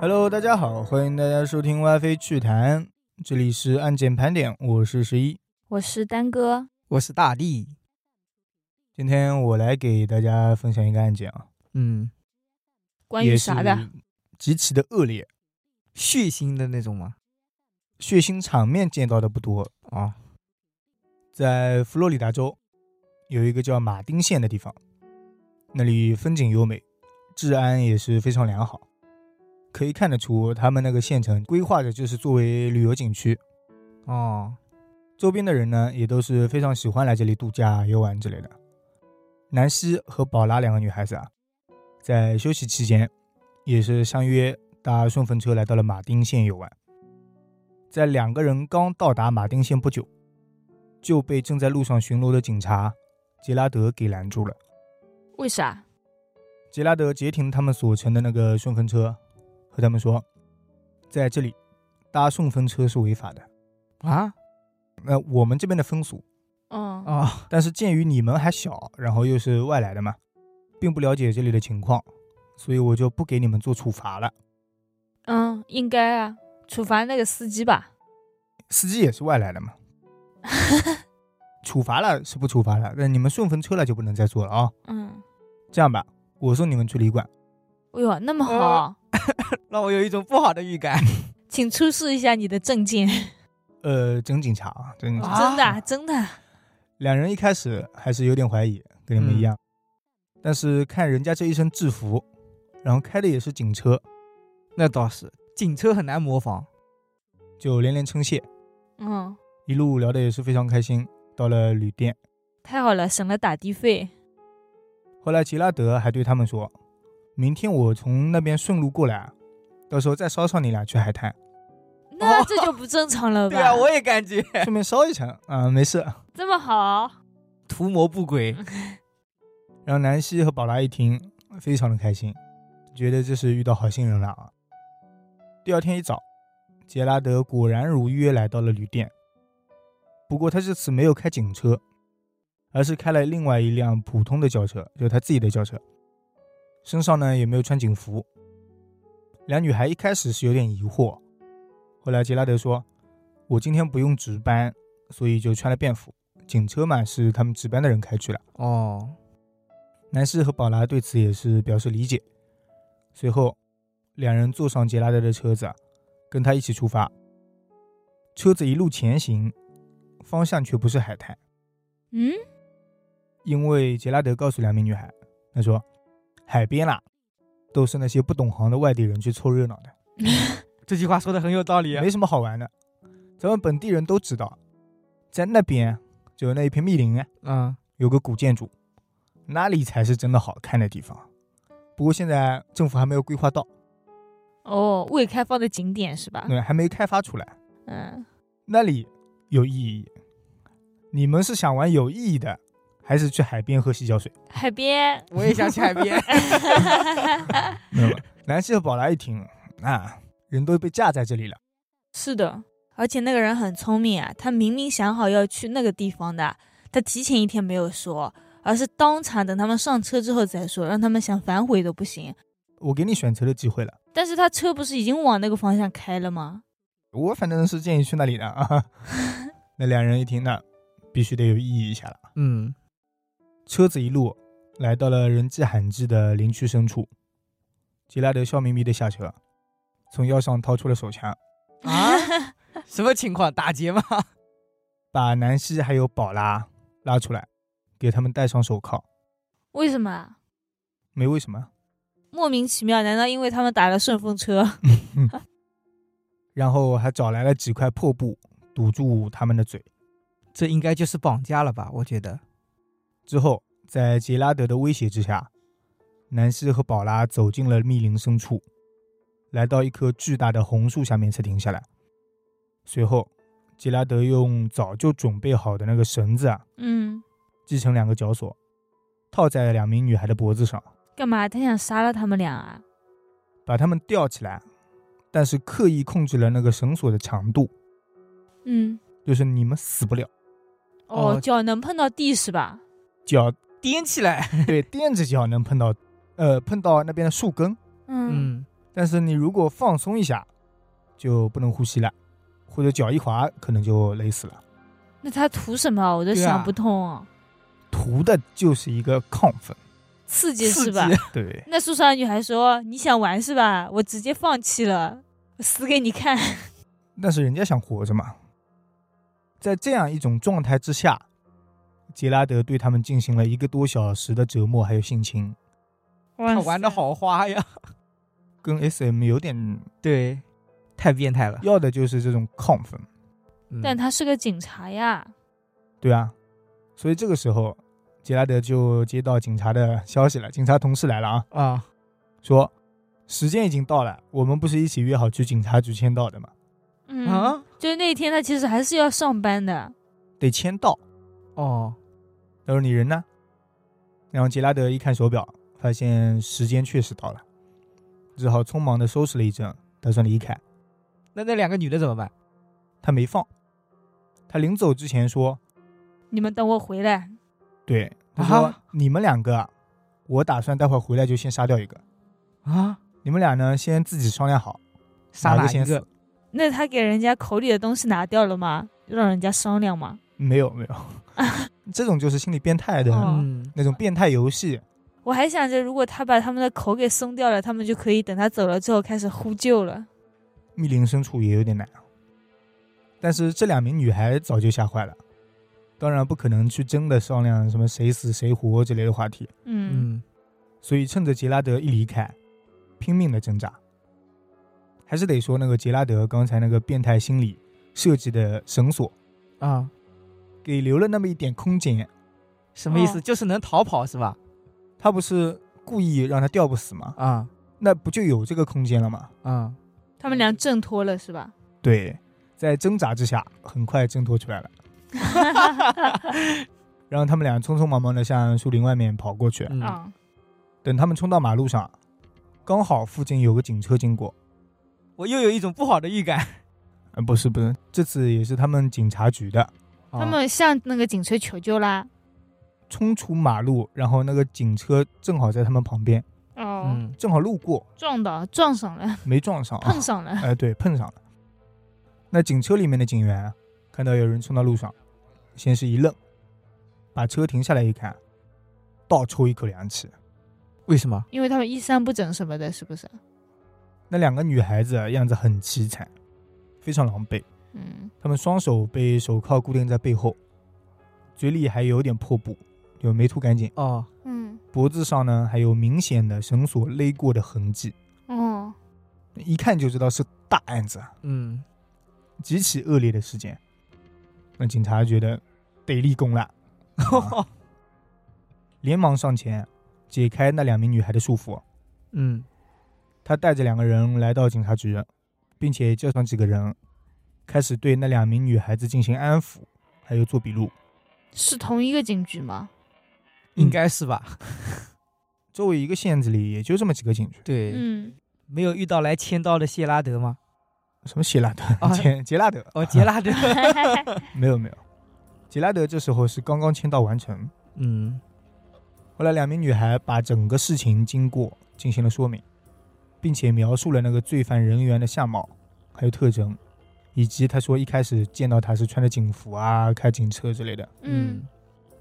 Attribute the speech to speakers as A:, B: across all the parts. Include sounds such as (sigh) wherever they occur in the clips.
A: Hello，大家好，欢迎大家收听 WiFi 趣谈，这里是案件盘点，我是十一，
B: 我是丹哥，
C: 我是大力。
A: 今天我来给大家分享一个案件啊，
C: 嗯，
B: 关
A: 也
B: 于
A: 是
B: 啥的？
A: 极其的恶劣，
C: 血腥的那种吗？
A: 血腥场面见到的不多，啊
C: 哦，
A: 在佛罗里达州有一个叫马丁县的地方，那里风景优美，治安也是非常良好。可以看得出，他们那个县城规划的就是作为旅游景区，
C: 哦，
A: 周边的人呢也都是非常喜欢来这里度假、游玩之类的。南希和宝拉两个女孩子啊，在休息期间也是相约搭顺风车来到了马丁县游玩。在两个人刚到达马丁县不久，就被正在路上巡逻的警察杰拉德给拦住了。
B: 为啥？
A: 杰拉德截停他们所乘的那个顺风车，和他们说，在这里搭顺风车是违法的。
C: 啊，
A: 那我们这边的风俗
B: 嗯，
C: 哦，
A: 但是鉴于你们还小，然后又是外来的嘛，并不了解这里的情况，所以我就不给你们做处罚了。
B: 嗯，应该啊，处罚那个司机
C: (laughs)
B: 吧。
A: 司机也是外来的嘛，处罚了是不处罚了，那你们顺风车了就不能再做了啊、
B: 嗯，
A: 这样吧，我送你们去旅馆。
B: 哎呦，那么好，
C: 呃让我有一种不好的预感。
B: 请出示一下你的证件。
A: (laughs)
C: (laughs)
A: 呃，真警察啊，真警察。
C: 啊
B: 真的啊，真的啊。
A: 两人一开始还是有点怀疑，跟你们一样，
C: 嗯
A: 但是看人家这一身制服，然后开的也是警车，
C: 那倒是，警车很难模仿。
A: 就连连称谢。
B: 嗯，
A: 一路聊的也是非常开心。到了旅店。
B: 太好了，省了打的费。
A: 后来吉拉德还对他们说：“明天我从那边顺路过来，啊到时候再捎上你俩去海滩，
B: 那
C: 哦 (laughs)
B: 这就不正常了吧？
C: 对啊，我也感觉
A: 顺便捎一程。啊，没事。
B: 这么好，
C: 图谋不轨。
A: 然后南希和宝拉一听，非常的开心，觉得这是遇到好心人了啊。第二天一早，杰拉德果然如约来到了旅店，不过他这次没有开警车，而是开了另外一辆普通的轿车，就是他自己的轿车，身上呢也没有穿警服。两女孩一开始是有点疑惑，后来杰拉德说：“我今天不用值班，所以就穿了便服。警车嘛是他们值班的人开去了。”
C: 哦，
A: 南希和宝拉对此也是表示理解。随后，两人坐上杰拉德的车子，啊跟他一起出发。车子一路前行，方向却不是海滩，
C: (laughs)
B: 嗯，
A: 因为杰拉德告诉两名女孩，他说：“海边啦、都是那些不懂行的外地人去凑热闹的，
C: 这句话说的很有道理啊。
A: 没什么好玩的。咱们本地人都知道，在那边就那一片密林啊，
C: 嗯，。
A: 有个古建筑，那里才是真的好看的地方。不过现在政府还没有规划到。”
B: 哦，未开放的景点是吧？
A: 对，还没开发出来，
B: 嗯，
A: 那里有意义。你们是想玩有意义的，还是去海边喝洗脚水？
B: 海边
C: 我也想去海边。
A: 没有。南希和宝拉一听，啊，人都被架在这里了，
B: 是的，而且那个人很聪明啊，他明明想好要去那个地方的，他提前一天没有说，而是当场等他们上车之后再说，让他们想反悔都不行。
A: 我给你选择的机会了。
B: 但是他车不是已经往那个方向开了吗？
A: 我反正是建议去那里的啊。 (laughs) 那两人一听，那必须得有意义一下了。
C: (laughs) 嗯，
A: 车子一路来到了人迹罕至的林区深处，杰拉德笑眯眯的下车，从腰上掏出了手枪，
C: 啊，什么情况？打劫吗？
A: 把南希还有宝拉拉出来，给他们戴上手铐。
B: 为什么啊？
A: 没为什么。
B: 莫名其妙？难道因为他们打了顺风车？ (laughs)
A: 然后还找来了几块破布堵住他们的嘴。
C: (laughs) 这应该就是绑架了吧？我觉得。
A: 之后，在杰拉德的威胁之下，南希和宝拉走进了密林深处，来到一棵巨大的红树下面才停下来。随后，杰拉德用早就准备好的那个绳子啊，
B: 嗯，
A: 系成两个绞索，套在了两名女孩的脖子上，
B: 干嘛？他想杀了他们俩啊？
A: 把她们吊起来，但是刻意控制了那个绳索的长度，
B: 嗯，
A: 就是你们死不了，
B: 哦，
C: 哦
B: 脚能碰到地是吧？
A: 脚
C: 颠起来。
A: 对，垫着脚能碰到，呃，碰到那边的树根。
B: 嗯，
C: 嗯，
A: 但是你如果放松一下，就不能呼吸了，或者脚一滑，可能就累死了。
B: 那他图什么？我都
C: 对啊
B: 想不通、啊，
A: 图的就是一个亢奋，
B: 刺激是
C: 刺激
B: 吧？
A: 对，
B: 那树上的女孩说：“你想玩是吧？我直接放弃了，我死给你看。
A: 但是人家想活着嘛。在这样一种状态之下，杰拉德对他们进行了一个多小时的折磨，还有性侵，
B: (laughs) 哇
C: 他
B: 塞”
C: 玩的好花呀。
A: 跟 S.M 有点
C: 对，太变态了。
A: 要的就是这种亢奋，
C: 嗯
B: 但他是个警察呀，
A: 对啊。所以这个时候，杰拉德就接到警察的消息了，警察同事来了啊，
C: 啊，
A: 说时间已经到了，我们不是一起约好去警察局签到的吗？
B: 嗯，
C: 啊
B: 就是那天他其实还是要上班的，
A: 得签到。
C: 哦，
A: 他说你人呢？然后杰拉德一看手表，发现时间确实到了，只好匆忙的收拾了一阵，打算离开。
C: 那那两个女的怎么办？
A: 他没放，他临走之前说
B: 你们等我回来。：“
A: 对，他说、
C: 啊
A: 你们两个啊，我打算待会儿回来就先杀掉一个，
C: 啊，
A: 你们俩呢先自己商量好，
C: 杀
A: 哪
C: 哪
A: 个先
C: 一
A: 死
C: 个？
B: 那他给人家口里的东西拿掉了吗？让人家商量吗？
A: 没有没有，这种就是心理变态的、
B: 哦
C: 嗯，
A: 那种变态游戏，
B: 我还想着，如果他把他们的口给松掉了，他们就可以等他走了之后开始呼救了。
A: 密林深处也有点难啊。但是这两名女孩早就吓坏了，当然不可能去真的商量什么谁死谁活之类的话题，
B: 嗯，
C: 嗯，
A: 所以趁着杰拉德一离开，拼命的挣扎。还是得说那个杰拉德刚才那个变态心理设计的绳索，
C: 啊，
A: 给留了那么一点空间。
C: 什么意
B: 哦
C: 思？就是能逃跑是吧？
A: 他不是故意让他吊不死吗？
C: 啊
A: 那不就有这个空间了吗？
C: 啊，
B: 他们俩挣脱了是
C: (laughs)
B: 吧？
A: 对，在挣扎之下，很快挣脱出来了。
B: 哦
A: 然后他们俩匆匆忙忙的向树林外面跑过去。
C: 嗯
B: 啊，
A: 等他们冲到马路上，刚好附近有个警车经过。
C: 我又有一种不好的预感。
A: 呃，不是不是，这次也是他们警察局的。
C: 哦
B: 他们向那个警车求救啦。
A: 冲出马路，然后那个警车正好在他们旁边，
C: 哦
B: 哦，
C: 嗯，
A: 正好路过，
B: 撞到撞上了，
A: 没撞上、啊
B: 碰。上了。
A: 哎、对，碰上了。那警车里面的警员啊看到有人冲到路上，先是一愣，把车停下来一看，倒抽一口凉气。
C: 为什么？
B: 因为他们衣衫不整什么的，是不是？
A: 那两个女孩子啊样子很凄惨，非常狼狈，
B: 嗯，
A: 她们双手被手铐固定在背后，嘴里还有点破布，就没吐干净，
C: 哦，
B: 嗯，
A: 脖子上呢还有明显的绳索勒过的痕迹，
B: 哦，
A: 一看就知道是大案子啊。
C: (laughs) 嗯，
A: 极其恶劣的事件。那警察觉得得立功了，啊连忙上前解开那两名女孩的束缚。
C: 嗯，
A: 他带着两个人来到警察局，并且叫上几个人，开始对那两名女孩子进行安抚，还有做笔录。
B: 是同一个警局吗？
C: 应该是吧？
A: 周围一个县子里也就这么几个警局，
C: (laughs) 对，
B: 嗯，
C: 没有遇到来签到的谢拉德
B: (laughs)
C: 吗？
A: 什么希拉德、
C: 啊
A: (laughs) 杰杰拉德
C: 哦，杰拉德，
A: (laughs)
B: 嗯
A: 没有没有，杰拉德这时候是刚刚签到完成。
C: 嗯，
A: 后来，两名女孩把整个事情经过进行了说明，并且描述了那个罪犯人员的相貌，还有特征，以及他说一开始见到他是穿着警服啊、开警车之类的。
B: 嗯，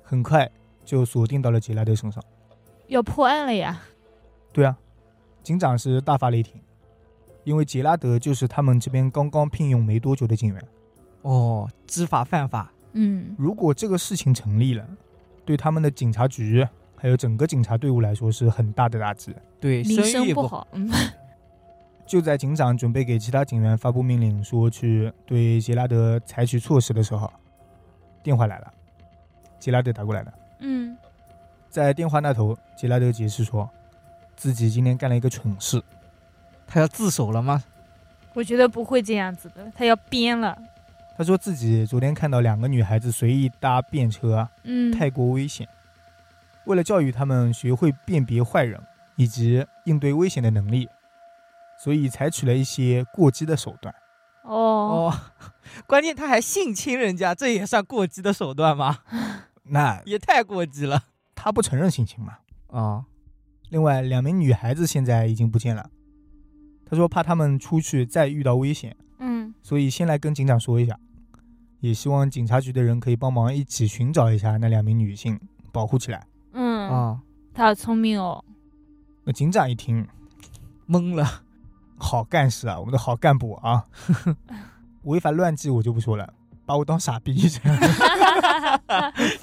A: 很快就锁定到了杰拉德身上。
B: 要破案了呀！
A: 对啊，警长是大发雷霆，因为杰拉德就是他们这边刚刚聘用没多久的警员。
C: 哦，知法犯法，
B: 嗯，
A: 如果这个事情成立了，对他们的警察局还有整个警察队伍来说是很大的打击。
C: 对，
B: 名
C: 声
B: 声
C: 誉也
B: 不
C: 好。
B: 好，嗯，
A: 就在警长准备给其他警员发布命令，说去对杰拉德采取措施的时候，电话来了，杰拉德打过来了。
B: 嗯，
A: 在电话那头，杰拉德解释说，自己今天干了一个蠢事，
C: 他要自首了吗？
B: 我觉得不会这样子的，他要编了。
A: 他说自己昨天看到两个女孩子随意搭便车，
B: 嗯，
A: 太过危险。为了教育他们学会辨别坏人以及应对危险的能力，所以采取了一些过激的手段。
B: 哦，
C: 哦， (laughs) 关键他还性侵人家，这也算过激的手段
B: (laughs)
C: 吗？
A: 那
C: 也太过激了
A: 他不承认性侵吗？
C: 啊！
A: 另外，两名女孩子现在已经不见了，他说怕他们出去再遇到危险，
B: 嗯
A: 所以先来跟警长说一下，也希望警察局的人可以帮忙一起寻找一下那两名女性，保护起来。
B: 嗯，
C: 啊，
B: 他好聪明哦， (laughs)
A: 那警长一听，
C: 懵了，
A: 好干事啊，我们的好干部啊，违反乱纪我就不说了，把我当傻逼一样，
B: (laughs)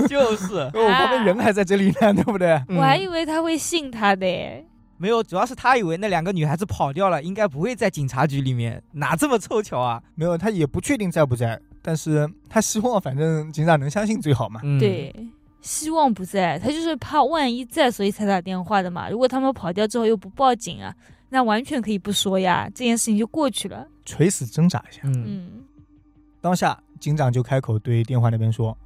C: 就是
A: 我旁边人还在这里呢，对不对？
B: 我还
C: 嗯
B: 以为他会信他的耶，
C: 没有，主要是他以为那两个女孩子跑掉了，应该不会在警察局里面，哪这么凑巧啊？
A: 没有，他也不确定在不在，但是他希望反正警长能相信最好嘛。
C: 嗯，
B: 对，希望不在，他就是怕万一在，所以才打电话的嘛。如果他们跑掉之后又不报警啊，那完全可以不说呀，这件事情就过去了。
A: 垂死挣扎一下，
C: 嗯，
B: 嗯
A: 当下警长就开口对电话那边说：“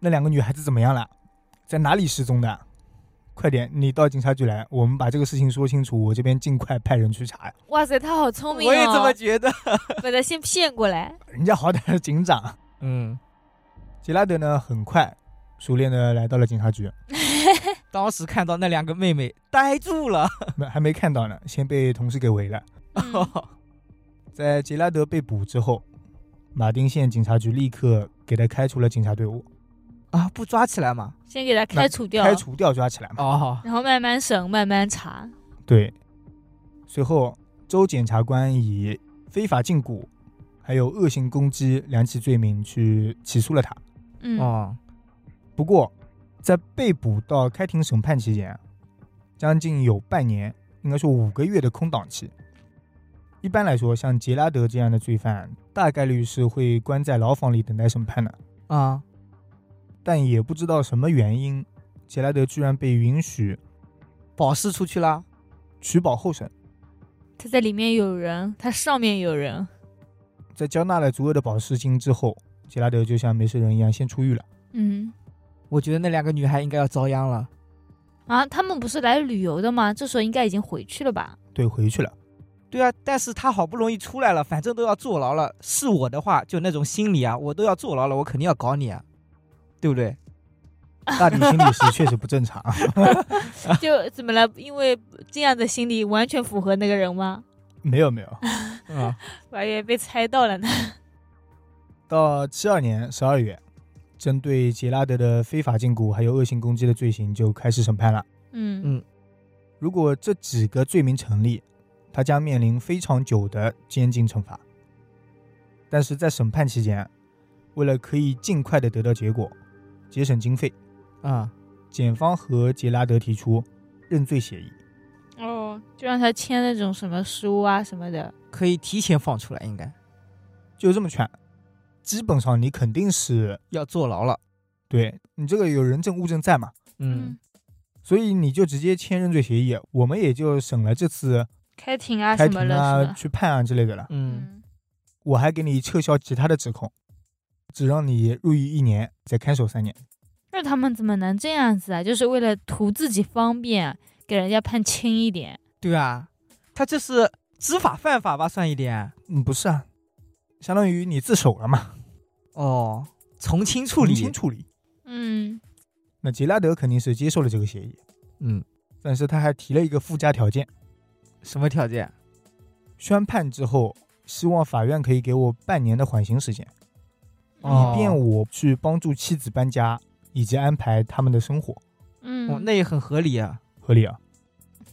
A: 那两个女孩子怎么样了？在哪里失踪的？快点，你到警察局来，我们把这个事情说清楚，我这边尽快派人去查。
B: 哇塞，他好聪明、哦，
C: 我也这么觉得。
B: (laughs) 把他先骗过来。 (laughs)
A: 人家好歹是警长。
C: 嗯，”
A: 杰拉德呢，很快熟练的来到了警察局，
C: 当时看到那两个妹妹，呆住了。
A: 没还没看到呢，先被同事给围了。
B: 嗯
A: 在杰拉德被捕之后，马丁县警察局立刻给他开除了警察队伍，
C: (laughs) 啊，不抓起来嘛？
B: 先给他开除掉，
A: 开除掉抓起来嘛。
C: 哦，
B: 然后慢慢审，慢慢查。
A: 对，随后周检察官以非法禁锢、还有恶性攻击两起罪名去起诉了他。
B: 嗯，
C: 哦，
A: 不过，在被捕到开庭审判期间，将近有半年，应该说五个月的空档期。一般来说，像杰拉德这样的罪犯，大概率是会关在牢房里等待审判的。
C: 啊，
A: 但也不知道什么原因，杰拉德居然被允许
C: 保释出去啦。
A: 取保候审。
B: 他在里面有人，他上面有人。
A: 在交纳了足额的保释金之后，杰拉德就像没事人一样先出狱了。
B: 嗯
C: 我觉得那两个女孩应该要遭殃了。
B: 啊，他们不是来旅游的吗？这时候应该已经回去了
C: (laughs)
B: 吧？
A: 对，回去了。
C: 对啊，但是她好不容易出来了，反正都要坐牢了。是我的话，就那种心理啊，我都要坐牢了，我肯定要搞你啊，对不对？
A: 大抵心理是确实不正常。 (laughs)
B: 就怎么了？因为这样的心理完全符合那个人吗？
A: 没有没有，
C: 啊，
B: 我还以为被猜到了呢。
A: 到七二年十二月，针对杰拉德的非法禁锢还有恶性攻击的罪行就开始审判了。
B: 嗯
A: 如果这几个罪名成立，他将面临非常久的监禁惩罚。但是在审判期间，为了可以尽快的得到结果，节省经费，
C: 啊，
A: 检方和杰拉德提出认罪协议。
B: 哦，就让他签那种什么书啊什么的。
C: 可以提前放出来，应该
A: 就这么劝，基本上你肯定是
C: 要坐牢了。
A: 对你这个有人证物证在嘛，
C: 嗯，，
A: 所以你就直接签认罪协议，我们也就省了这次
B: 开庭啊
A: 开
B: 什
A: 庭
B: 么的，
A: 啊、
B: 是吧
A: 去判啊之类的了。
C: 嗯，
A: 我还给你撤销其他的指控，只让你入狱一年，再看守三年。
B: 那他们怎么能这样子啊？就是为了图自己方便，给人家判轻一点。
C: 对啊，他这是知法犯法吧，算一点。
A: 嗯，不是啊，相当于你自首了嘛，
C: 哦，从轻处理
A: 从。轻处理。
B: 嗯，
A: 那杰拉德肯定是接受了这个协议，
C: 嗯，
A: 但是他还提了一个附加条件，
C: 什么条件？
A: 宣判之后，希望法院可以给我半年的缓刑时间。
C: 哦
A: 以便我去帮助妻子搬家以及安排他们的生活，
B: 嗯，
C: 哦，那也很合理啊。
A: 合理啊？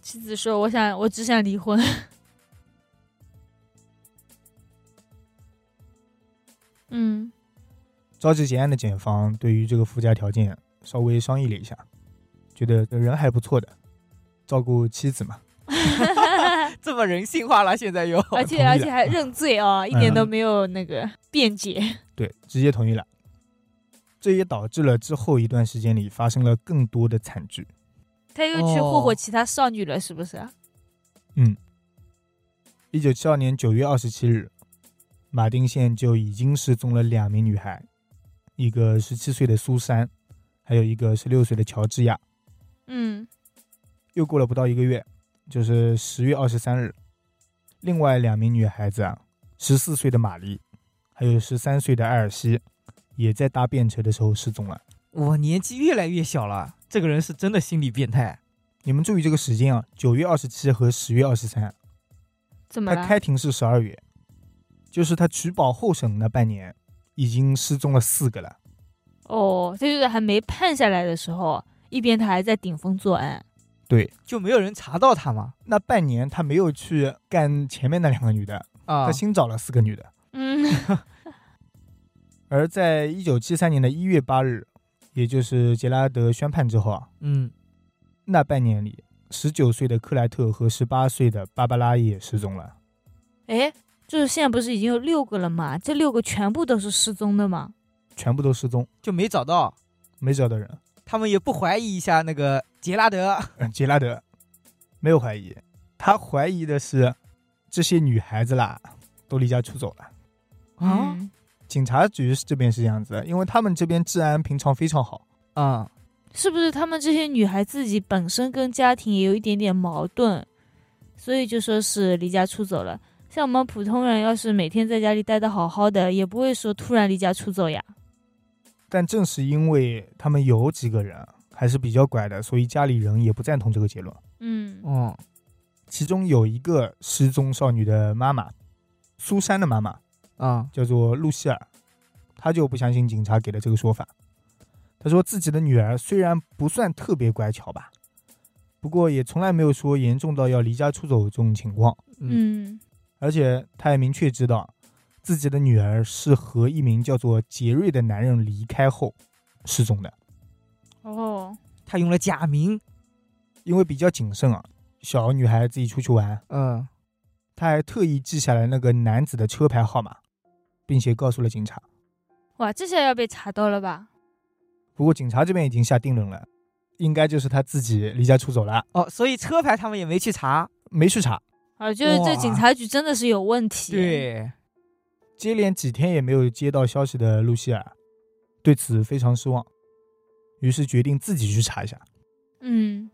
B: 妻子说：“我想，我只想离婚。” (laughs) 嗯
A: (laughs) 召集结案的检方对于这个附加条件稍微商议了一下，觉得人还不错的，照顾妻子嘛，
C: 这么人性化了，现在又。 (laughs)
B: 而
A: 同意啊嗯
B: 且
A: 了
B: 而且还认罪哦，一点都没有那个辩解。
A: 对，直接同意了。这也导致了之后一段时间里发生了更多的惨剧。
B: 他又
A: 哦
B: 去霍霍其他少女了，是不啊是？
A: 一九七二年九月二十七日，马丁县就已经失踪了两名女孩，一个十七岁的苏珊，还有一个十六岁的乔治亚。
B: 嗯
A: 又过了不到一个月，就是十月二十三日，另外两名女孩子啊，十四岁的玛丽，还有十三岁的艾尔西，也在搭便车的时候失踪了。
C: 我年纪越来越小了，这个人是真的心理变态。
A: 你们注意这个时间啊，九月二十七和十月二十三，
B: 怎么
A: 他
B: 了？
A: 开庭是十二月，就是他取保候审那半年，已经失踪了四个了。
B: 哦，这就是还没判下来的时候，一边他还在顶风作案。
C: 就没有人查到他嘛？
A: 那半年他没有去干前面那两个女的，
C: 啊
A: 他，新找了四个女的。
B: 嗯， (laughs)
A: 而在一九七三年的一月八日，也就是杰拉德宣判之后啊，
C: 嗯，
A: 那半年里，十九岁的克莱特和十八岁的芭芭拉也失踪了。
B: 哎，就是现在不是已经有六个了吗？这六个全部都是失踪的吗？
A: 全部都失踪，
C: 就没找到，
A: 没找到人。 (laughs)
C: 他们也不怀疑一下那个杰拉德。
A: 嗯，杰拉德没有怀疑，他怀疑的是这些女孩子啦都离家出走了。
C: 啊
B: 嗯，
A: 警察局这边是这样子的，因为他们这边治安平常非常好，
C: 啊，
B: 是不是他们这些女孩自己本身跟家庭也有一点点矛盾，所以就说是离家出走了？像我们普通人，要是每天在家里待的好好的，也不会说突然离家出走呀。
A: 但正是因为他们有几个人还是比较乖的，所以家里人也不赞同这个结论。
B: 嗯，
C: 嗯
A: 其中有一个失踪少女的妈妈，苏珊的妈妈
C: 啊，
A: 叫做露西尔，她就不相信警察给的这个说法。她说自己的女儿虽然不算特别乖巧吧，不过也从来没有说严重到要离家出走这种情况。
B: 嗯，
A: 而且他也明确知道，自己的女儿是和一名叫做杰瑞的男人离开后失踪的。
B: 哦，
C: 他用了假名，
A: 因为比较谨慎啊，小女孩自己出去玩，
C: 嗯
A: 他还特意记下来那个男子的车牌号码，并且告诉了警察。
B: 哇，这下要被查到了吧？
A: 不过警察这边已经下定论了，应该就是他自己离家出走了，
C: 哦，所以车牌他们也没去查。
A: 没去查。
B: 啊，就是这
C: 哇
B: 警察局真的是有问题。，
C: 对，
A: 接连几天也没有接到消息的露西尔，对此非常失望，于是决定自己去查一下。
B: 嗯，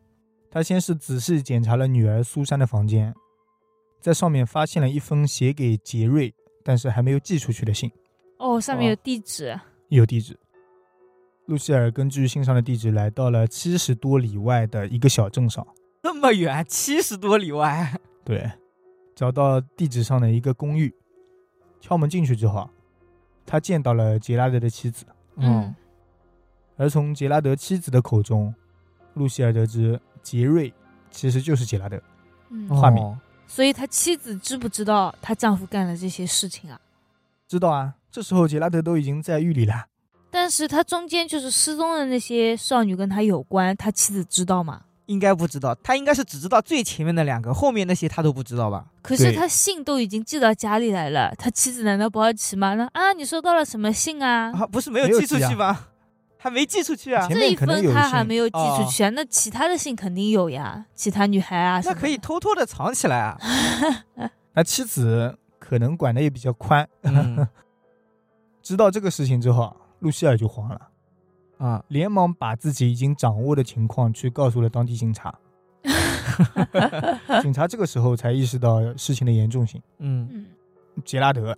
A: 他先是仔细检查了女儿苏珊的房间，在上面发现了一封写给杰瑞，但是还没有寄出去的信，
B: 哦，上面有
C: 哦
B: 地址。
A: 有地址。露西尔根据信上的地址来到了七十多里外的一个小镇上，
C: 这么远，七十多里外。
A: 对，找到地址上的一个公寓，敲门进去之后啊，他见到了杰拉德的妻子，
B: 嗯，
A: 而从杰拉德妻子的口中，露西尔得知杰瑞其实就是杰拉德。
B: 嗯
C: 嗯，
A: 画面
C: 哦
B: 所以他妻子知不知道她丈夫干了这些事情啊？
A: 知道啊，这时候杰拉德都已经在狱里了。
B: 但是他中间就是失踪的那些少女跟他有关，他妻子知道吗？
C: 应该不知道，他应该是只知道最前面那两个，后面那些他都不知道吧？
B: 可是
A: 对
B: 他信都已经寄到家里来了，他妻子难道不好奇吗？那啊，你收到了什么信啊？
C: 啊，不是没有
A: 没有
C: 寄出
A: 寄啊
C: 去吗？ (laughs) 还没寄出去啊
A: 前？
B: 这
A: 面
B: 一
A: 可能
B: 封
A: 有
B: 他
A: 信
B: 还没有寄出去啊，那其他的信肯定有呀，其他女孩啊什么
C: 那
B: 的， (laughs)
C: 可以偷偷的藏起来啊。
A: 那妻子可能管的也比较宽，
C: 嗯
A: 知道这个事情之后啊，露西尔就慌了，
C: (laughs) 啊，
A: 连忙把自己已经掌握的情况去告诉了当地警察。警察这个时候才意识到事情的严重性。
C: 嗯，
B: 嗯，
A: 杰拉德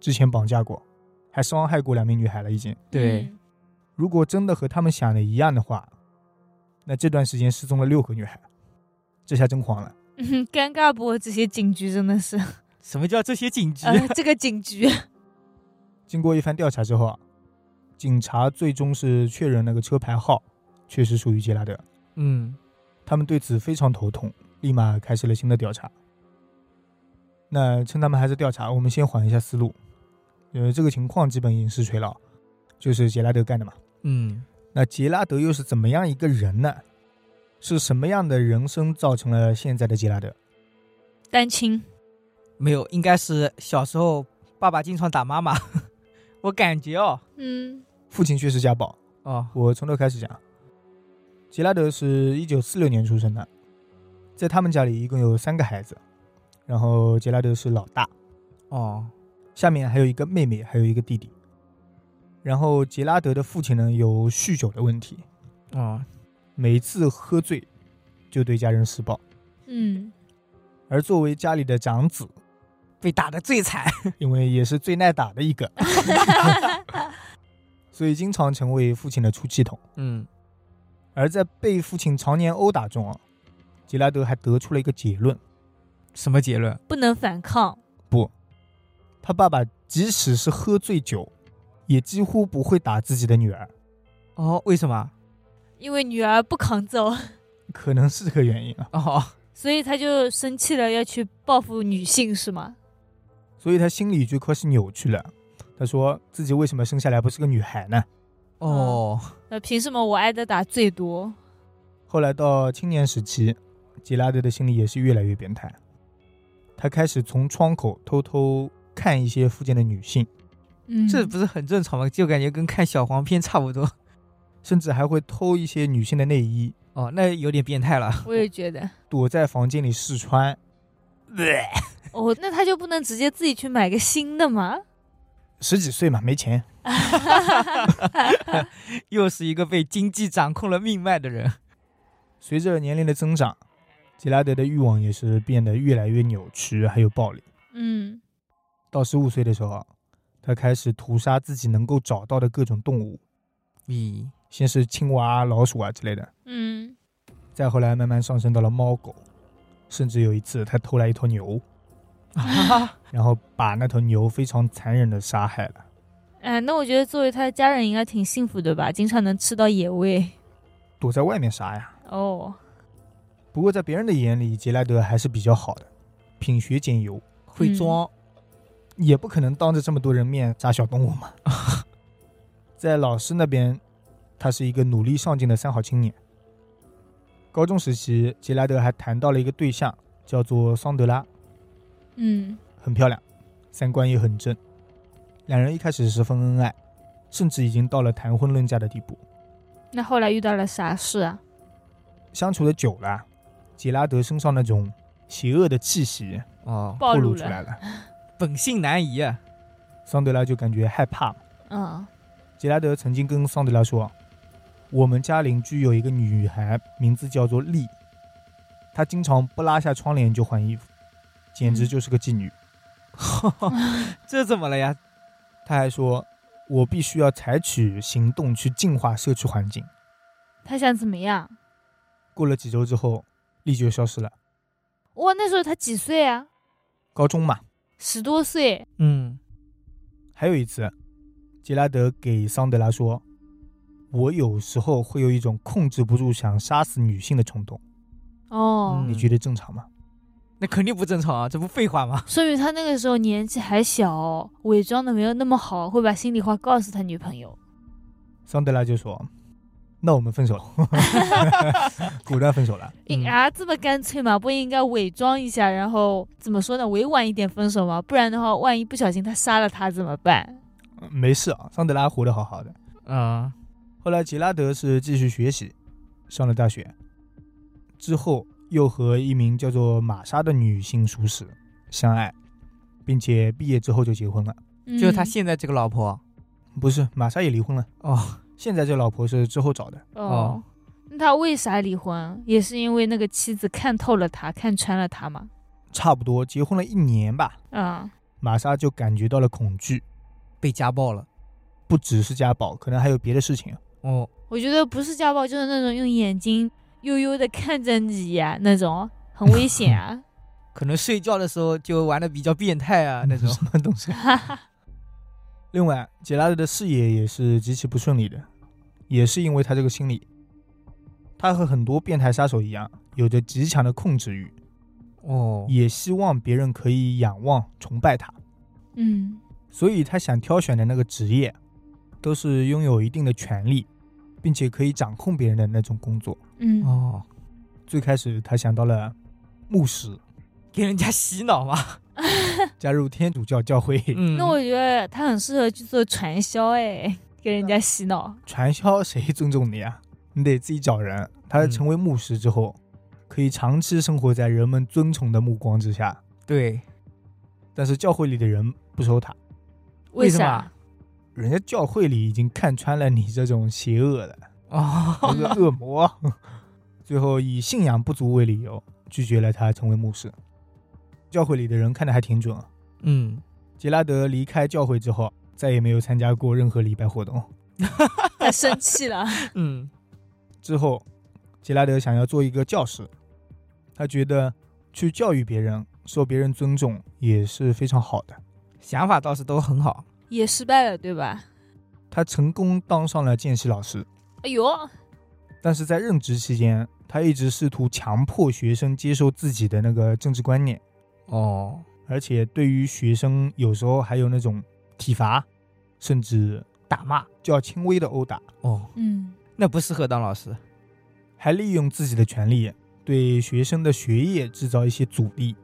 A: 之前绑架过，还伤害过两名女孩了，已经。
C: 对，
B: 嗯，
A: 如果真的和他们想的一样的话，那这段时间失踪了六个女孩，这下真慌了。
B: 嗯， (laughs) 尴尬不过这些警局真的是，
C: 什么叫这些警局？
B: 呃，这个警局，
A: 经过一番调查之后啊，警察最终是确认那个车牌号确实属于杰拉德。
C: 嗯，
A: 他们对此非常头痛，立马开始了新的调查。那趁他们还在调查，我们先缓一下思路。呃，这个情况基本已经是锤了，就是杰拉德干的嘛。
C: 嗯，
A: 那杰拉德又是怎么样一个人呢？是什么样的人生造成了现在的杰拉德？
B: 单亲，
C: 没有，应该是小时候爸爸经常打妈妈， (laughs) 我感觉哦，
B: 嗯，
A: 父亲确实家暴。
C: 哦，
A: 我从头开始讲。杰拉德是一九四六年出生的，在他们家里一共有三个孩子，然后杰拉德是老大，
C: 哦，
A: 下面还有一个妹妹，还有一个弟弟。然后杰拉德的父亲呢有酗酒的问题，
C: 哦，
A: 每次喝醉就对家人施暴，
B: 嗯，
A: 而作为家里的长子， (laughs)
C: 被打的最惨。
A: 因为也是最耐打的一个， (laughs) 所以经常成为父亲的出气筒。
C: 嗯，
A: 而在被父亲常年殴打中啊，杰拉德还得出了一个结论，
C: 什么结论？
B: 不能反抗。
A: 他爸爸即使是喝醉酒，也几乎不会打自己的女儿，
C: 哦，为什么？
B: 因为女儿不扛揍， (laughs)
A: 可能是这个原因啊。
C: 哦，
B: 所以他就生气了，要去报复女性是吗？
A: 所以他心里就开始扭曲了。他说自己为什么生下来不是个女孩呢？
B: 嗯
C: 哦，
B: 那凭什么我挨的打最多？
A: 后来到青年时期，杰拉德的心理也是越来越变态。他开始从窗口偷偷看一些附近的女性，
B: 嗯
C: 这不是很正常吗？就感觉跟看小黄片差不多。
A: 甚至还会偷一些女性的内衣，
C: 哦，那有点变态了。
B: 我也觉得。
A: 躲在房间里试穿。
B: 哦，那他就不能直接自己去买个新的吗？
A: 十几岁嘛，没钱，
C: (laughs) 又是一个被经济掌控了命脉的人。
A: 随着年龄的增长，杰拉德的欲望也是变得越来越扭曲，还有暴力。
B: 嗯，
A: 到十五岁的时候，他开始屠杀自己能够找到的各种动物，
C: 咦，
A: 先是青蛙啊、老鼠啊之类的，
B: 嗯，
A: 再后来慢慢上升到了猫狗，甚至有一次他偷来一头牛，
C: 啊，
A: 然后把那头牛非常残忍的杀害了。
B: 哎，那我觉得作为他的家人应该挺幸福的吧，经常能吃到野味。
A: 躲在外面杀呀，
B: 哦，
A: 不过在别人的眼里，杰拉德还是比较好的，品学兼优，
C: 会装。
A: 也不可能当着这么多人面杀小动物嘛。在老师那边，他是一个努力上进的三好青年。高中时期，杰拉德还谈到了一个对象，叫做桑德拉，
B: 嗯，
A: 很漂亮，三观也很正。两人一开始十分恩爱，甚至已经到了谈婚论嫁的地步。
B: 那后来遇到了啥事啊？
A: 相处的久了，杰拉德身上那种邪恶的气息
C: (laughs) 哦，
B: 暴
A: 暴
B: 露
A: 露出
B: 了。
A: 来了，
C: 本性难移啊。
A: 桑德拉就感觉害怕嘛
B: 嗯，
A: 杰拉德曾经跟桑德拉说：“我们家邻居有一个女孩，名字叫做丽，她经常不拉下窗帘就换衣服，简直就是个妓女。
B: 嗯
C: (laughs) 这怎么了呀？
A: 他还说：“我必须要采取行动去净化社区环境。
B: 他想怎么样？”
A: 过了几周之后，丽就消失了。
B: 哇，那时候他几岁啊？
A: 高中嘛，
B: 十多岁。
C: 嗯，
A: 还有一次，杰拉德给桑德拉说：“我有时候会有一种控制不住想杀死女性的冲动，
B: 哦，
C: 嗯
A: 你觉得正常吗
C: 那肯定不正常啊，这不废话吗？
B: 说明他那个时候年纪还小，伪装的没有那么好，会把心里话告诉他女朋友。？”
A: 桑德拉就说：“那我们分手。”果断分手了。
C: 嗯
B: 啊，这么干脆嘛？不应该伪装一下，然后怎么说呢？委婉一点分手嘛，不然的话，万一不小心他杀了他怎么办？
A: 嗯没事啊，桑德拉活得好好的。
C: 嗯，
A: 后来杰拉德是继续学习，上了大学，之后又和一名叫做玛莎的女性熟识、相爱，并且毕业之后就结婚了。
C: 就是他
B: 嗯
C: 现在这个老婆。
A: 不是，玛莎也离婚了。
C: 哦，
A: 现在这老婆是之后找的，
B: 哦
C: 哦，
B: 那他为啥离婚？也是因为那个妻子看透了他，看穿了他嘛。
A: 差不多结婚了一年吧。
B: 啊、
A: 玛莎就感觉到了恐惧，
C: 被家暴了。
A: 不只是家暴，可能还有别的事情。啊
C: 哦，
B: 我觉得不是家暴，就是那种用眼睛悠悠的看着你呀、那种很危险
C: (laughs)
B: 啊。
C: 可能睡觉的时候就玩的比较变态啊那
A: (laughs)
C: 种。
A: 什么东西？另外，杰拉德的事业也是极其不顺利的，也是因为他这个心理。他和很多变态杀手一样，有着极强的控制欲，
C: (laughs) 哦，
A: 也希望别人可以仰望、崇拜他。
B: 嗯
A: 所以，他想挑选的那个职业，都是拥有一定的权利，并且可以掌控别人的那种工作。
B: 嗯，
C: 哦，
A: 最开始，他想到了牧师，
C: 给人家洗脑嘛。
A: 加入天主教教会。
C: 嗯，
B: 那我觉得他很适合去做传销， (laughs) 哎，给人家洗脑。
A: 传销谁尊重你啊？你得自己找人。他
C: 嗯
A: 成为牧师之后，可以长期生活在人们尊崇的目光之下，
C: 对，
A: 但是教会里的人不收他，
B: 为
C: 为什
B: 啥
C: 么？
A: 人家教会里已经看穿了你这种邪恶的，
B: (laughs)
C: 哦，
A: 你这个恶魔。 (laughs) 最后以信仰不足为理由，拒绝了他成为牧师。教会里的人看得还挺准啊。
C: (laughs) 嗯，
A: 杰拉德离开教会之后，再也没有参加过任何礼拜活动。
B: 他生气了。
C: 嗯，
A: 之后，杰拉德想要做一个教师，他觉得去教育别人受别人尊重也是非常好的。
C: 想法倒是都很好。
B: (laughs) 也失败了，对吧？
A: 他成功当上了见习老师，
B: 哎呦，
A: 但是在任职期间，他一直试图强迫学生接受自己的那个政治观念，
C: 哦，
A: 而且对于学生有时候还有那种体罚，甚至打骂，较轻微的殴打，
C: 哦，
B: 嗯，
C: 那不适合当
B: (laughs)
C: 老师。
A: 还利用自己的权利对学生的学业制造一些阻力。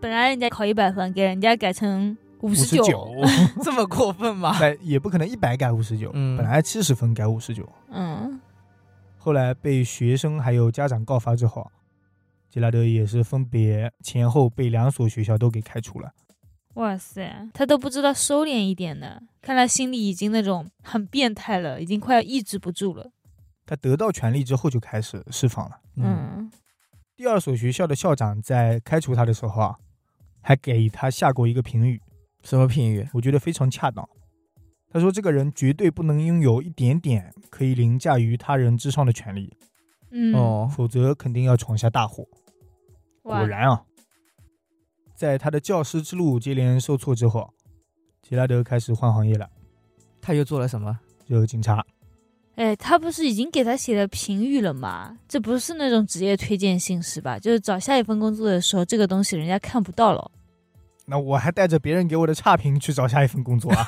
B: 本来人家考一百分，给人家改成五
A: 五
B: 十
A: 九，
C: 这么过分吗？ (laughs)
A: 哎，也不可能一百改五十九，
C: 嗯
A: 本来七十分改五十九，
B: 嗯，
A: 后来被学生还有家长告发之后，杰拉德也是分别前后被两所学校都给开除了。
B: 哇塞，他都不知道收敛一点的，看来心里已经那种很变态了，已经快要抑制不住了。
A: 他得到权力之后就开始释放了。
B: 嗯，
A: 第二所学校的校长在开除他的时候啊，还给他下过一个评语，
C: 什么评语？
A: 我觉得非常恰当。他说：“这个人绝对不能拥有一点点可以凌驾于他人之上的权利，
B: 嗯，
C: 哦，
A: 否则肯定要闯下大祸。”
B: 哇
A: 果，然啊，在他的教师之路接连受挫之后，杰拉德开始换行业了，
C: 他又做了什么？
A: 就是警察。
B: 哎，他不是已经给他写了评语了吗？这不是那种职业推荐信是吧？就是找下一份工作的时候，这个东西人家看不到了。
A: 那我还带着别人给我的差评去找下一份工作啊！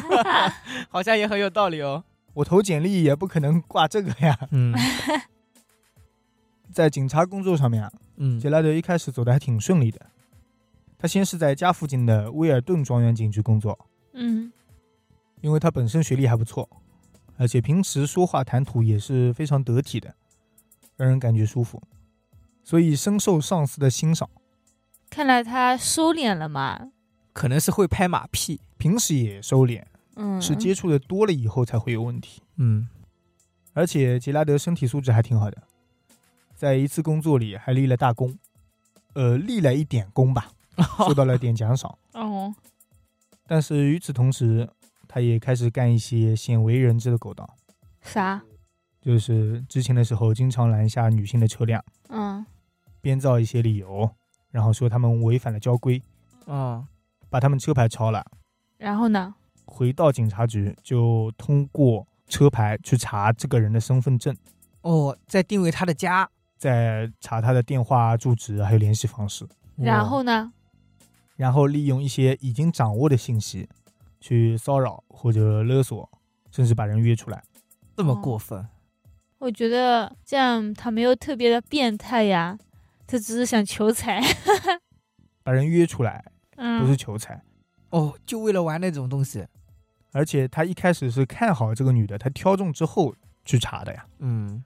A: (laughs)
C: 好像也很有道理哦。
A: 我投简历也不可能挂这个呀。
B: (laughs)
C: 嗯
A: 在警察工作上面啊，
C: 嗯
A: 杰拉德一开始走的还挺顺利的。他先是在家附近的威尔顿庄园警局工作，
B: (laughs) 嗯，
A: 因为他本身学历还不错，而且平时说话谈吐也是非常得体的，让人感觉舒服，所以深受上司的欣赏。
B: 看来他收敛了嘛。
C: 可能是会拍马屁。
A: 平时也收敛，
B: 嗯，
A: 是接触的多了以后才会有问题。
C: 嗯，
A: 而且杰拉德身体素质还挺好的，在一次工作里还立了大功，呃，立了一点功吧，
C: 哦
A: 受到了点奖赏。 (laughs)
B: 哦，
A: 但是与此同时，他也开始干一些鲜为人知的勾当，
B: 啥？
A: 就是之前的时候经常拦下女性的车辆，
B: 嗯，
A: 编造一些理由，然后说他们违反了交规，
C: (laughs) 哦，
A: 把他们车牌抄了，
B: 然后呢？
A: 回到警察局就通过车牌去查这个人的身份证，
C: 哦，在定位他的家，
A: 再查他的电话、住址还有联系方式，
B: 然后呢？
A: 然后利用一些已经掌握的信息去骚扰或者勒索，甚至把人约出来。
C: 这么过分，
B: 我觉得这样他没有特别的变态呀，他只是想求财。
A: 把人约出来
B: 嗯，
A: 不是求财，
C: 哦，就为了玩那种东西。
A: 而且他一开始是看好这个女的，他挑中之后去查的呀。
C: 嗯，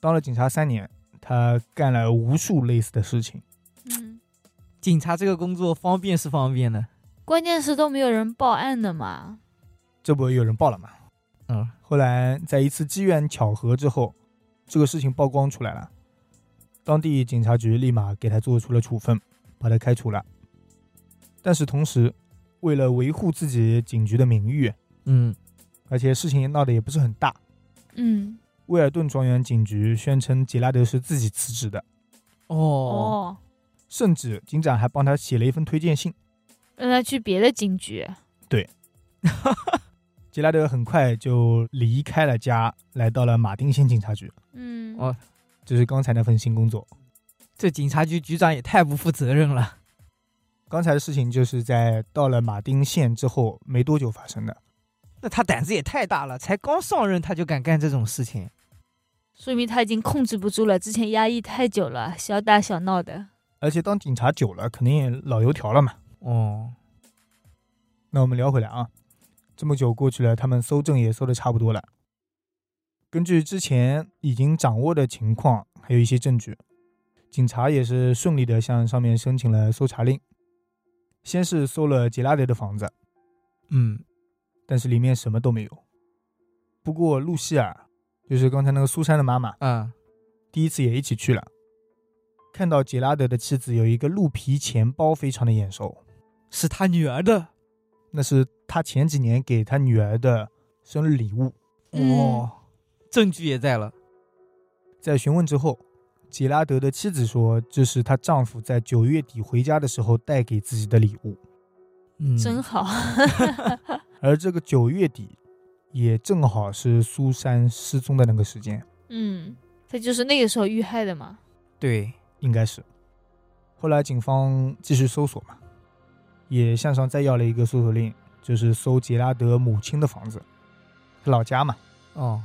A: 当了警察三年，他干了无数类似的事情，
B: 嗯，
C: 警察这个工作方便是方便的。
B: 关键是都没有人报案的嘛。
A: 这不有人报了吗？
C: 嗯，
A: 后来在一次机缘巧合之后，这个事情曝光出来了，当地警察局立马给他做出了处分，把他开除了。但是同时，为了维护自己警局的名誉，
C: 嗯，
A: 而且事情闹得也不是很大，
B: 嗯，
A: 威尔顿庄园警局宣称杰拉德是自己辞职的，
C: 哦，
B: 哦，
A: 甚至警长还帮他写了一份推荐信。
B: 让他去别的警局。
A: 杰拉德很快就离开了家，来到了马丁县警察局，
B: 嗯，
C: 哦
A: 这是刚才那份新工作。
C: (laughs) 这警察局局长也太不负责任了。
A: 刚才的事情就是在到了马丁县之后没多久发生的。
C: 那他胆子也太大了，才刚上任他就敢干这种事情。
B: 说明他已经控制不住了，之前压抑太久了，小打小闹的。
A: 而且当警察久了，肯定也老油条了嘛。
C: 哦，
A: 那我们聊回来啊，这么久过去了，他们搜证也搜的差不多了。根据之前已经掌握的情况，还有一些证据，警察也是顺利的向上面申请了搜查令。先是搜了杰拉德的房子，
C: 嗯，
A: 但是里面什么都没有。不过露西尔，就是刚才那个苏珊的妈妈，
C: 啊，
A: 第一次也一起去了，看到杰拉德的妻子有一个鹿皮钱包，非常的眼熟，
C: 是他女儿的。
A: 那是他前几年给他女儿的生日礼物。
B: 嗯
C: 哦，证据也在了。
A: 在询问之后，杰拉德的妻子说，这是她丈夫在九月底回家的时候带给自己的礼物。
C: 嗯，
B: 真好。
A: 而这个九月底，也正好是苏珊失踪的那个时间，
B: 嗯，他就是那个时候遇害的嘛。
C: 对，
A: 应该是。后来警方继续搜索嘛，也向上再要了一个搜索令，就是搜杰拉德母亲的房子，她老家嘛，
C: 哦，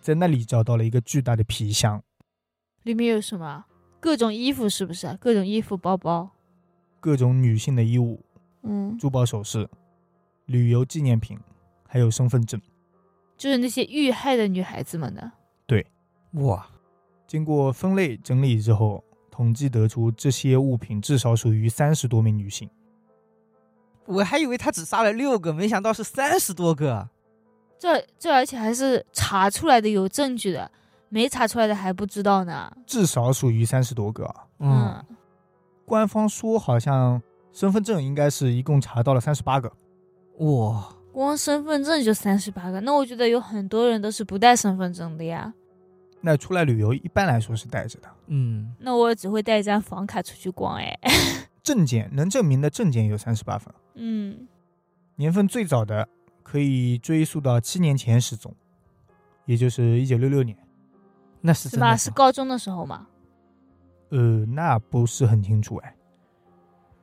A: 在那里找到了一个巨大的皮箱，
B: 里面有什么啊？各种衣服是不是啊？各种衣服、包包。
A: 各种女性的衣物、
B: 嗯，
A: 珠宝首饰、旅游纪念品，还有身份证。
B: 就是那些遇害的女孩子们的。
C: 哇，
A: 经过分类整理之后，统计得出这些物品至少属于三十多名女性。
C: 我还以为他只杀了六个，没想到是三十多个。
B: 这这而且还是查出来的，有证据的，没查出来的还不知道呢。
A: 至少属于三十多个啊。
C: 嗯，
B: 嗯
A: 官方说好像身份证应该是一共查到了三十八个，
C: 哇，
B: 光身份证就三十八个，那我觉得有很多人都是不带身份证的呀。
A: 那出来旅游一般来说是带着的，
C: 嗯，
B: 那我只会带一张房卡出去逛，哎， (laughs)
A: 证件能证明的证件有三十八份，
B: 嗯，
A: 年份最早的可以追溯到七年前失踪，也就是一九六六年。
C: 那是
B: 是
C: 真
B: 吧？
C: 的
B: 是高中的时候嘛，
A: 呃，那不是很清楚哎。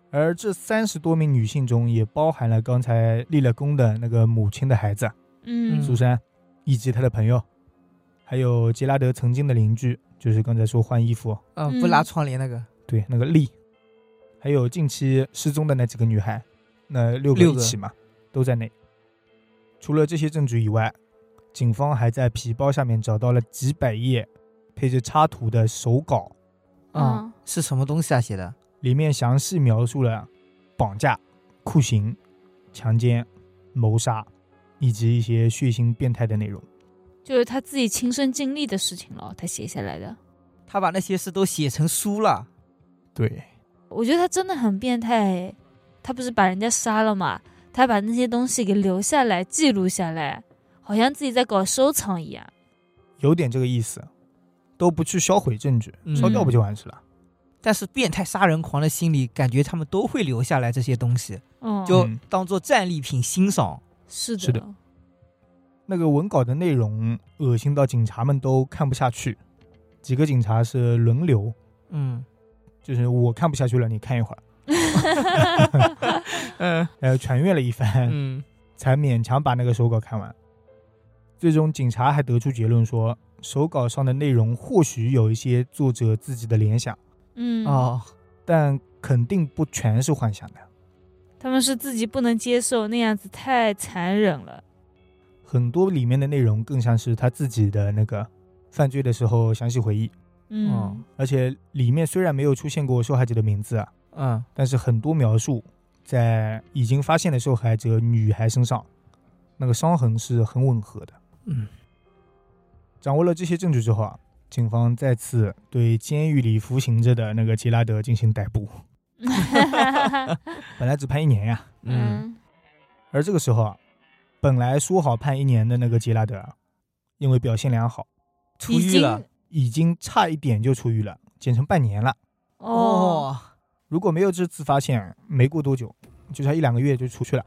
A: 而这三十多名女性中，也包含了刚才立了功的那个母亲的孩子
B: 嗯，
A: 苏珊，以及她的朋友，还有杰拉德曾经的邻居，就是刚才说换衣服
C: 啊，
B: 嗯
C: 不拉窗帘那个，
A: 对那个丽，还有近期失踪的那几个女孩，那六个
C: 六
A: 一
C: 个
A: 起嘛，都在内。除了这些证据以外，警方还在皮包下面找到了几百页配着插图的手稿，
C: 啊
B: 嗯
C: 是什么东西啊写的？
A: 里面详细描述了绑架、酷刑、强奸、谋杀以及一些血腥变态的内容。
B: 就是他自己亲身经历的事情了，他写下来的。
C: 他把那些事都写成书了。
A: 对，
B: 我觉得他真的很变态诶，他不是把人家杀了嘛，他把那些东西给留下来，记录下来，好像自己在搞收藏一样。
A: 有点这个意思，都不去销毁证据，
C: 嗯
A: 烧掉不就完事了？
C: 但是变态杀人狂的心里，感觉他们都会留下来这些东西，
B: 嗯，
C: 就
A: 嗯
C: 当做战利品欣赏。
B: 是的，
A: 是的那个文稿的内容恶心到警察们都看不下去，几个警察是轮流，
C: 嗯
A: 就是我看不下去了，你看一会儿，
C: 嗯
A: 呃，传阅了一番，
C: 嗯，
A: 才勉强把那个手稿看完。最终，警察还得出结论说，手稿上的内容或许有一些作者自己的联想，
B: 嗯，
C: 哦，
A: 但肯定不全是幻想的。
B: 他们是自己不能接受那样子，太残忍了。
A: 很多里面的内容更像是他自己的那个犯罪的时候详细回忆，
B: 嗯， (laughs)
C: 哦
A: 而且里面虽然没有出现过受害者的名字啊，
C: 嗯，
A: 但是很多描述在已经发现的受害者女孩身上，那个伤痕是很吻合的。
C: 嗯，
A: 掌握了这些证据之后啊，警方再次对监狱里服刑着的那个杰拉德进行逮捕。本来只判一年呀、
C: 嗯，
A: 而这个时候啊，本来说好判一年的那个杰拉德啊，因为表现良好，
C: 出
B: 已
C: 狱
B: 经
C: 了。
A: 已经差一点就出狱了，减成半年了。
B: 哦，，
A: 如果没有这次发现，没过多久，就差一两个月就出去了。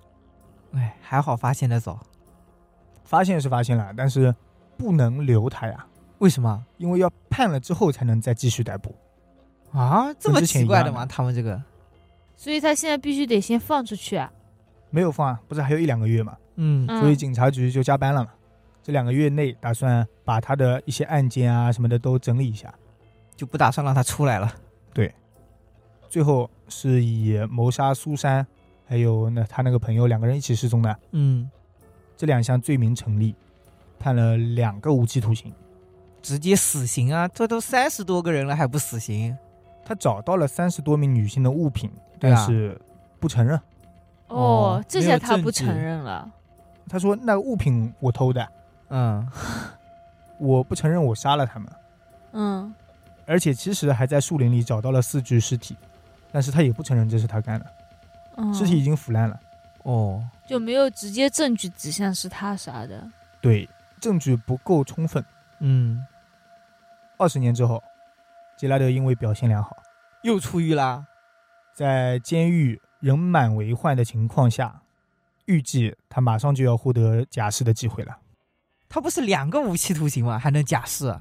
C: 哎，还好发现的早。
A: 发现是发现了，但是不能留他呀，
C: 为什么
A: 因为要判了之后才能再继续逮捕。
C: 啊？这么
A: 跟之前
C: 奇怪
A: 一
C: 的
A: 样的
C: 吗？他们这个，
B: 所以他现在必须得先放出去啊。
A: 没有放啊，不是还有一两个月嘛，
C: 嗯
B: 嗯
A: 所以警察局就加班了嘛。这两个月内打算把他的一些案件啊什么的都整理一下，
C: 就不打算让他出来了。
A: 最后是以谋杀苏珊，还有那他那个朋友两个人一起失踪的
C: 嗯，
A: 这两项罪名成立，判了两个无期徒刑。
C: 直接死刑啊！这都三十多个人了，还不死刑？
A: 他找到了三十多名女性的物品，
C: 对
A: 但
C: 啊
A: 是不承认。
B: 哦
C: 哦，
B: 这
C: 没
B: 下
C: 有
B: 他不
C: 证据
B: 承认了。
A: 他说那个物品我偷的，
C: 嗯，
A: 我不承认我杀了他们。
B: 嗯，
A: 而且其实还在树林里找到了四具尸体，但是他也不承认这是他干的，
B: 嗯
A: 尸体已经腐烂了。
C: 哦，
B: 就没有直接证据指向是他杀的。
A: 对，证据不够充分。
C: 嗯，
A: 二十年之后，杰拉德因为表现良好，
C: 又出狱啦？
A: 在监狱人满为患的情况下，预计他马上就要获得假释的机会了。
C: 他不是两个无期徒刑吗？还能假释？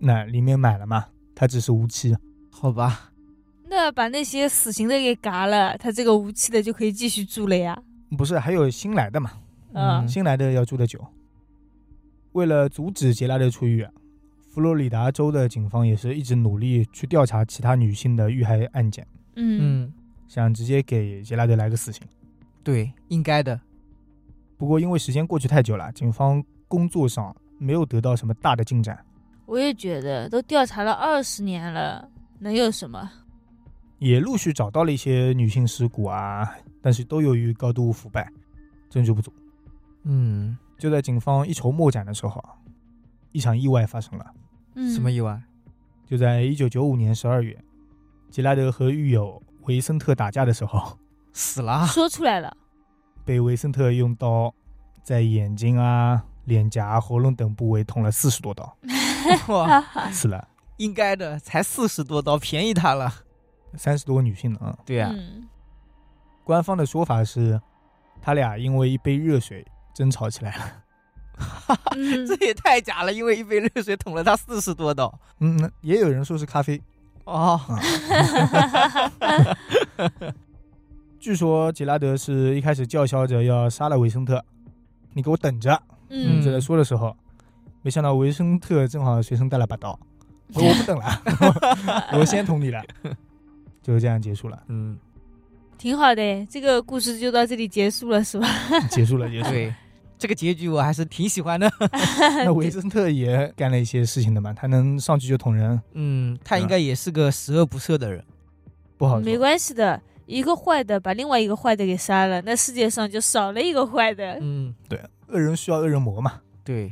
A: 那里面买了嘛，他只是无期。
C: 好吧，
B: 那把那些死刑的给嘎了，他这个无期的就可以继续住了呀。
A: 不是还有新来的嘛？
B: 嗯
C: 嗯
A: 新来的要住的久。为了阻止杰拉德出狱，佛罗里达州的警方也是一直努力去调查其他女性的遇害案件，
B: 嗯，
C: 嗯，
A: 想直接给杰拉德来个死刑。
C: 对，应该的。
A: 不过因为时间过去太久了，警方工作上没有得到什么大的进展，
B: 我也觉得，都调查了二十年了，能有什么？
A: 也陆续找到了一些女性尸骨啊，但是都由于高度腐败，证据不足。
C: 嗯，
A: 就在警方一筹莫展的时候啊，一场意外发生了。
B: 嗯，
C: 什么意外？
A: 就在一九九五年十二月，杰拉德和狱友维森特打架的时候，
C: 死
B: (laughs)
C: 了啊？
B: 说出来了，
A: 被维森特用刀在眼睛啊、脸颊、喉咙等部位捅了四十多刀，
C: 哇，
B: (laughs)
A: 死了
C: 应该的，才四十多刀，便宜他了。
A: 三十多个女性呢。嗯
C: 对啊呀、
B: 嗯，
A: 官方的说法是，他俩因为一杯热水争吵起来了。
B: 嗯
C: 这也太假了，因为一杯热水捅了他四十多刀。
A: 嗯，那也有人说是咖啡。啊
C: 哦，
A: (laughs) 据说杰拉德是一开始叫嚣着要杀了维森特，你给我等着。
B: 嗯
A: 就在说的时候，没想到维森特正好随身带了把刀，我
B: 嗯
A: 说我不等了，我先捅你了。就这样结束了，
C: 嗯，
B: 挺好的，这个故事就到这里结束了，是吧？
A: 结束了，结束了。
C: (laughs) 对，这个结局我还是挺喜欢的。
A: 那维森特也干了一些事情的嘛，他能上去就捅人，
C: 嗯，他应该也是个十恶不赦的人。
A: 不好
B: 没
A: 说。
B: 关系的，一个坏的把另外一个坏的给杀了，那世界上就少了一个坏的。
C: 嗯，
A: 恶人需要恶人磨嘛。
C: 对。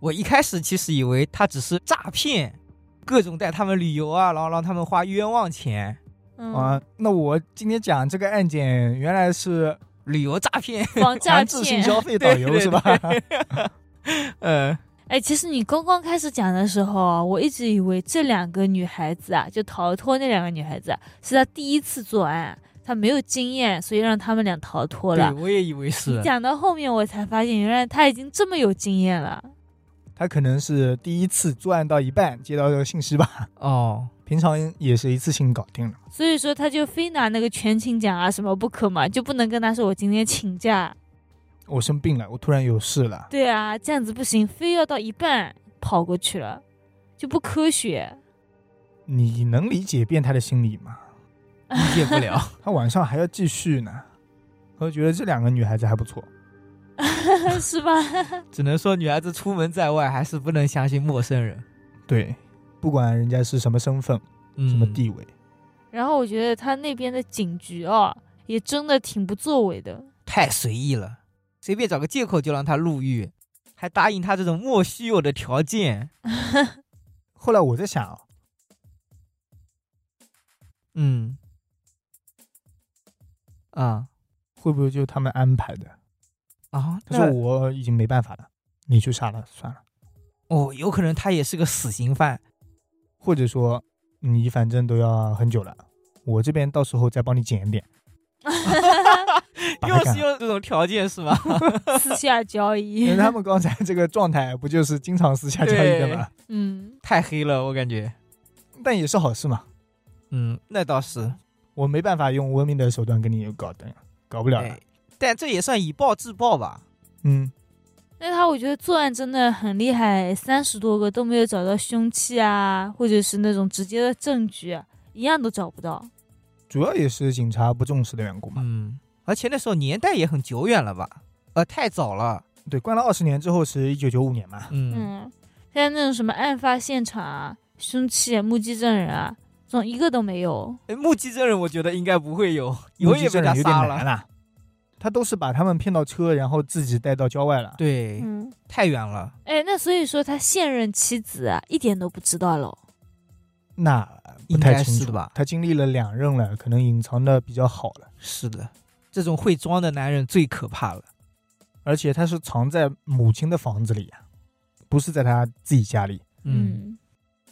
C: 我一开始其实以为他只是诈骗，各种带他们旅游啊，然后让他们花冤枉钱，
B: 嗯，
A: 啊，那我今天讲这个案件，原来是
C: 旅游诈骗。
B: 防诈
A: 强制性
B: 骗。
A: 消费导游
C: 对对
A: 是吧？呃
C: 嗯，
B: 哎，其实你刚刚开始讲的时候啊，我一直以为这两个女孩子啊，就逃脱那两个女孩子啊、是她第一次作案，她没有经验，所以让他们俩逃脱
C: 对，
B: 了。
C: 我也以为
B: 你
C: 是。
B: 讲到后面，我才发现原来她已经这么有经验了。
A: (laughs) 他可能是第一次作案到一半接到这个信息吧，
C: 哦，
A: 平常也是一次性搞定了。
B: 所以说，她就非拿那个全勤奖啊什么不可嘛，就不能跟她说我今天请假。
A: 我生病了，我突然有事了，
B: 对啊，这样子不行，非要到一半跑过去了，就不科学。 (laughs)
A: 你能理解变态的心理吗？
C: 理解不了。
A: 他晚上还要继续呢。我觉得这两个女孩子还不错，
B: 是吧？ (laughs)
C: 只能说女孩子出门在外还是不能相信陌生人，
A: 对，不管人家是什么身份、
C: 嗯
A: 什么地位，
B: 然后我觉得他那边的警局啊，也真的挺不作为的。
C: 太随意了，随便找个借口就让她入狱，还答应她这种莫须有的条件。
A: 后来我在想啊，
C: 嗯，啊
A: 会不会就是他们安排的？
C: 啊，
A: 他说
C: 那
A: 我已经没办法了，你去杀了算了。
C: 哦，有可能她也是个死刑犯。
A: 或者说你反正都要很久了，我这边到时候再帮你减一
C: (laughs)
A: 点。把它
C: 又
A: 干
C: 是用这种条件是吧？
B: 私下
A: (laughs)
B: 交
A: 因
B: 易
A: 为。他们刚才这个状态不就是经常私下交易的嘛，
B: 嗯，
C: 太黑了，我感觉。
A: 但也是好事嘛。
C: 嗯，那倒是。
A: 我没办法用文明的手段跟你搞的，搞不了了。
C: 哎，但这也算以暴制暴吧？
A: 嗯，
B: 那他我觉得作案真的很厉害，三十多个都没有找到凶器啊，或者是那种直接的证据啊，一样都找不到。
A: 主要也是警察不重视的缘故嘛。
C: 嗯，而且那时候年代也很久远了吧？呃，太早了。
A: 对，关了二十年之后是一九九五年嘛，
C: 嗯
B: 嗯，现在那种什么案发现场啊、凶器、啊、目击证人啊，这种一个都没有。
C: 哎，目击证人我觉得应该不会有，
A: 嗯目
C: 有
A: 击
C: 也
A: 证
C: 被
A: 人
C: 他
A: 有点
C: 杀
A: 难啊
C: 了。
A: 了。他都是把他们骗到车，然后自己带到郊外了。
C: 对，
B: 嗯，
C: 太远了。
B: 哎，那所以说他现任妻子啊，一点都不知道喽。
A: 那不
C: 应
A: 太
C: 该
A: 清
C: 是
A: 楚
C: 吧
A: 他经历了两任了，可能隐藏的比较好了。
C: 是的，这种会装的男人最可怕了。
A: 而且他是藏在母亲啊嗯的房子里呀、不是在他自己家里。
C: 嗯，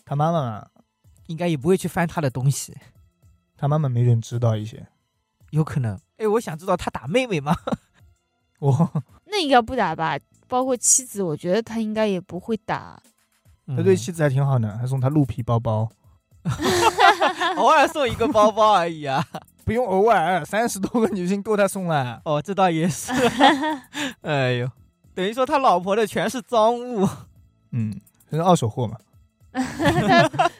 A: 他妈妈
C: 应该也不会去翻他的东西，
A: 他妈妈没准知道一些。
C: 有可能。哎，我想知道他打妹妹吗？ (laughs)
A: 哦，
B: 那应该不打吧？包括妻子，我觉得他应该也不会打。 (laughs)
A: 他对妻子还挺好的，还送他鹿皮包包，
C: 嗯偶尔送一个包包而已
A: (laughs)
C: 啊。
A: 不用偶尔，三十多个女性够他送了。
C: 哦，这倒
A: (laughs)
C: 也是。哎呦，等于说他老婆的全是赃物。
A: 嗯，这是二手货嘛，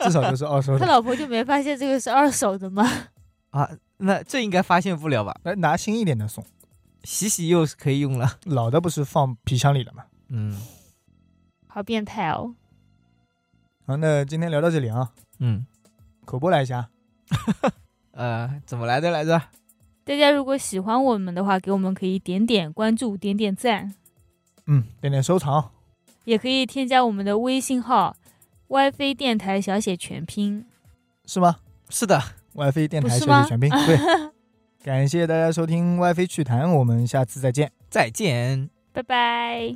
A: 至少都是二
C: (laughs)
A: 手
B: 他
A: 的。
B: 老婆就没发现这个是二手的吗？
C: 那这应该发现不了吧？
A: 来拿新一点的送，
C: 洗洗又是可以用了。
A: 老的不是放皮箱里了嘛？
C: 嗯
B: 好变态哦！
A: 好，那今天聊到这里啊，
C: 嗯，
A: 口播来一下，啊
C: 呃，怎么来的来着？
B: 大家如果喜欢我们的话，给我们可以点点关注、点点赞，
A: 嗯，点点收藏，
B: 也可以添加我们的微信号 “WiFi 电台小写全拼
A: 是吗
C: 是的，
A: ？WiFi 电台
B: 不
A: 小
B: 是吗
A: 姐全拼，
B: (laughs)
A: 对。感谢大家收听 WiFi 趣谈，我们下次再见。
C: 再见。”。
B: 拜拜。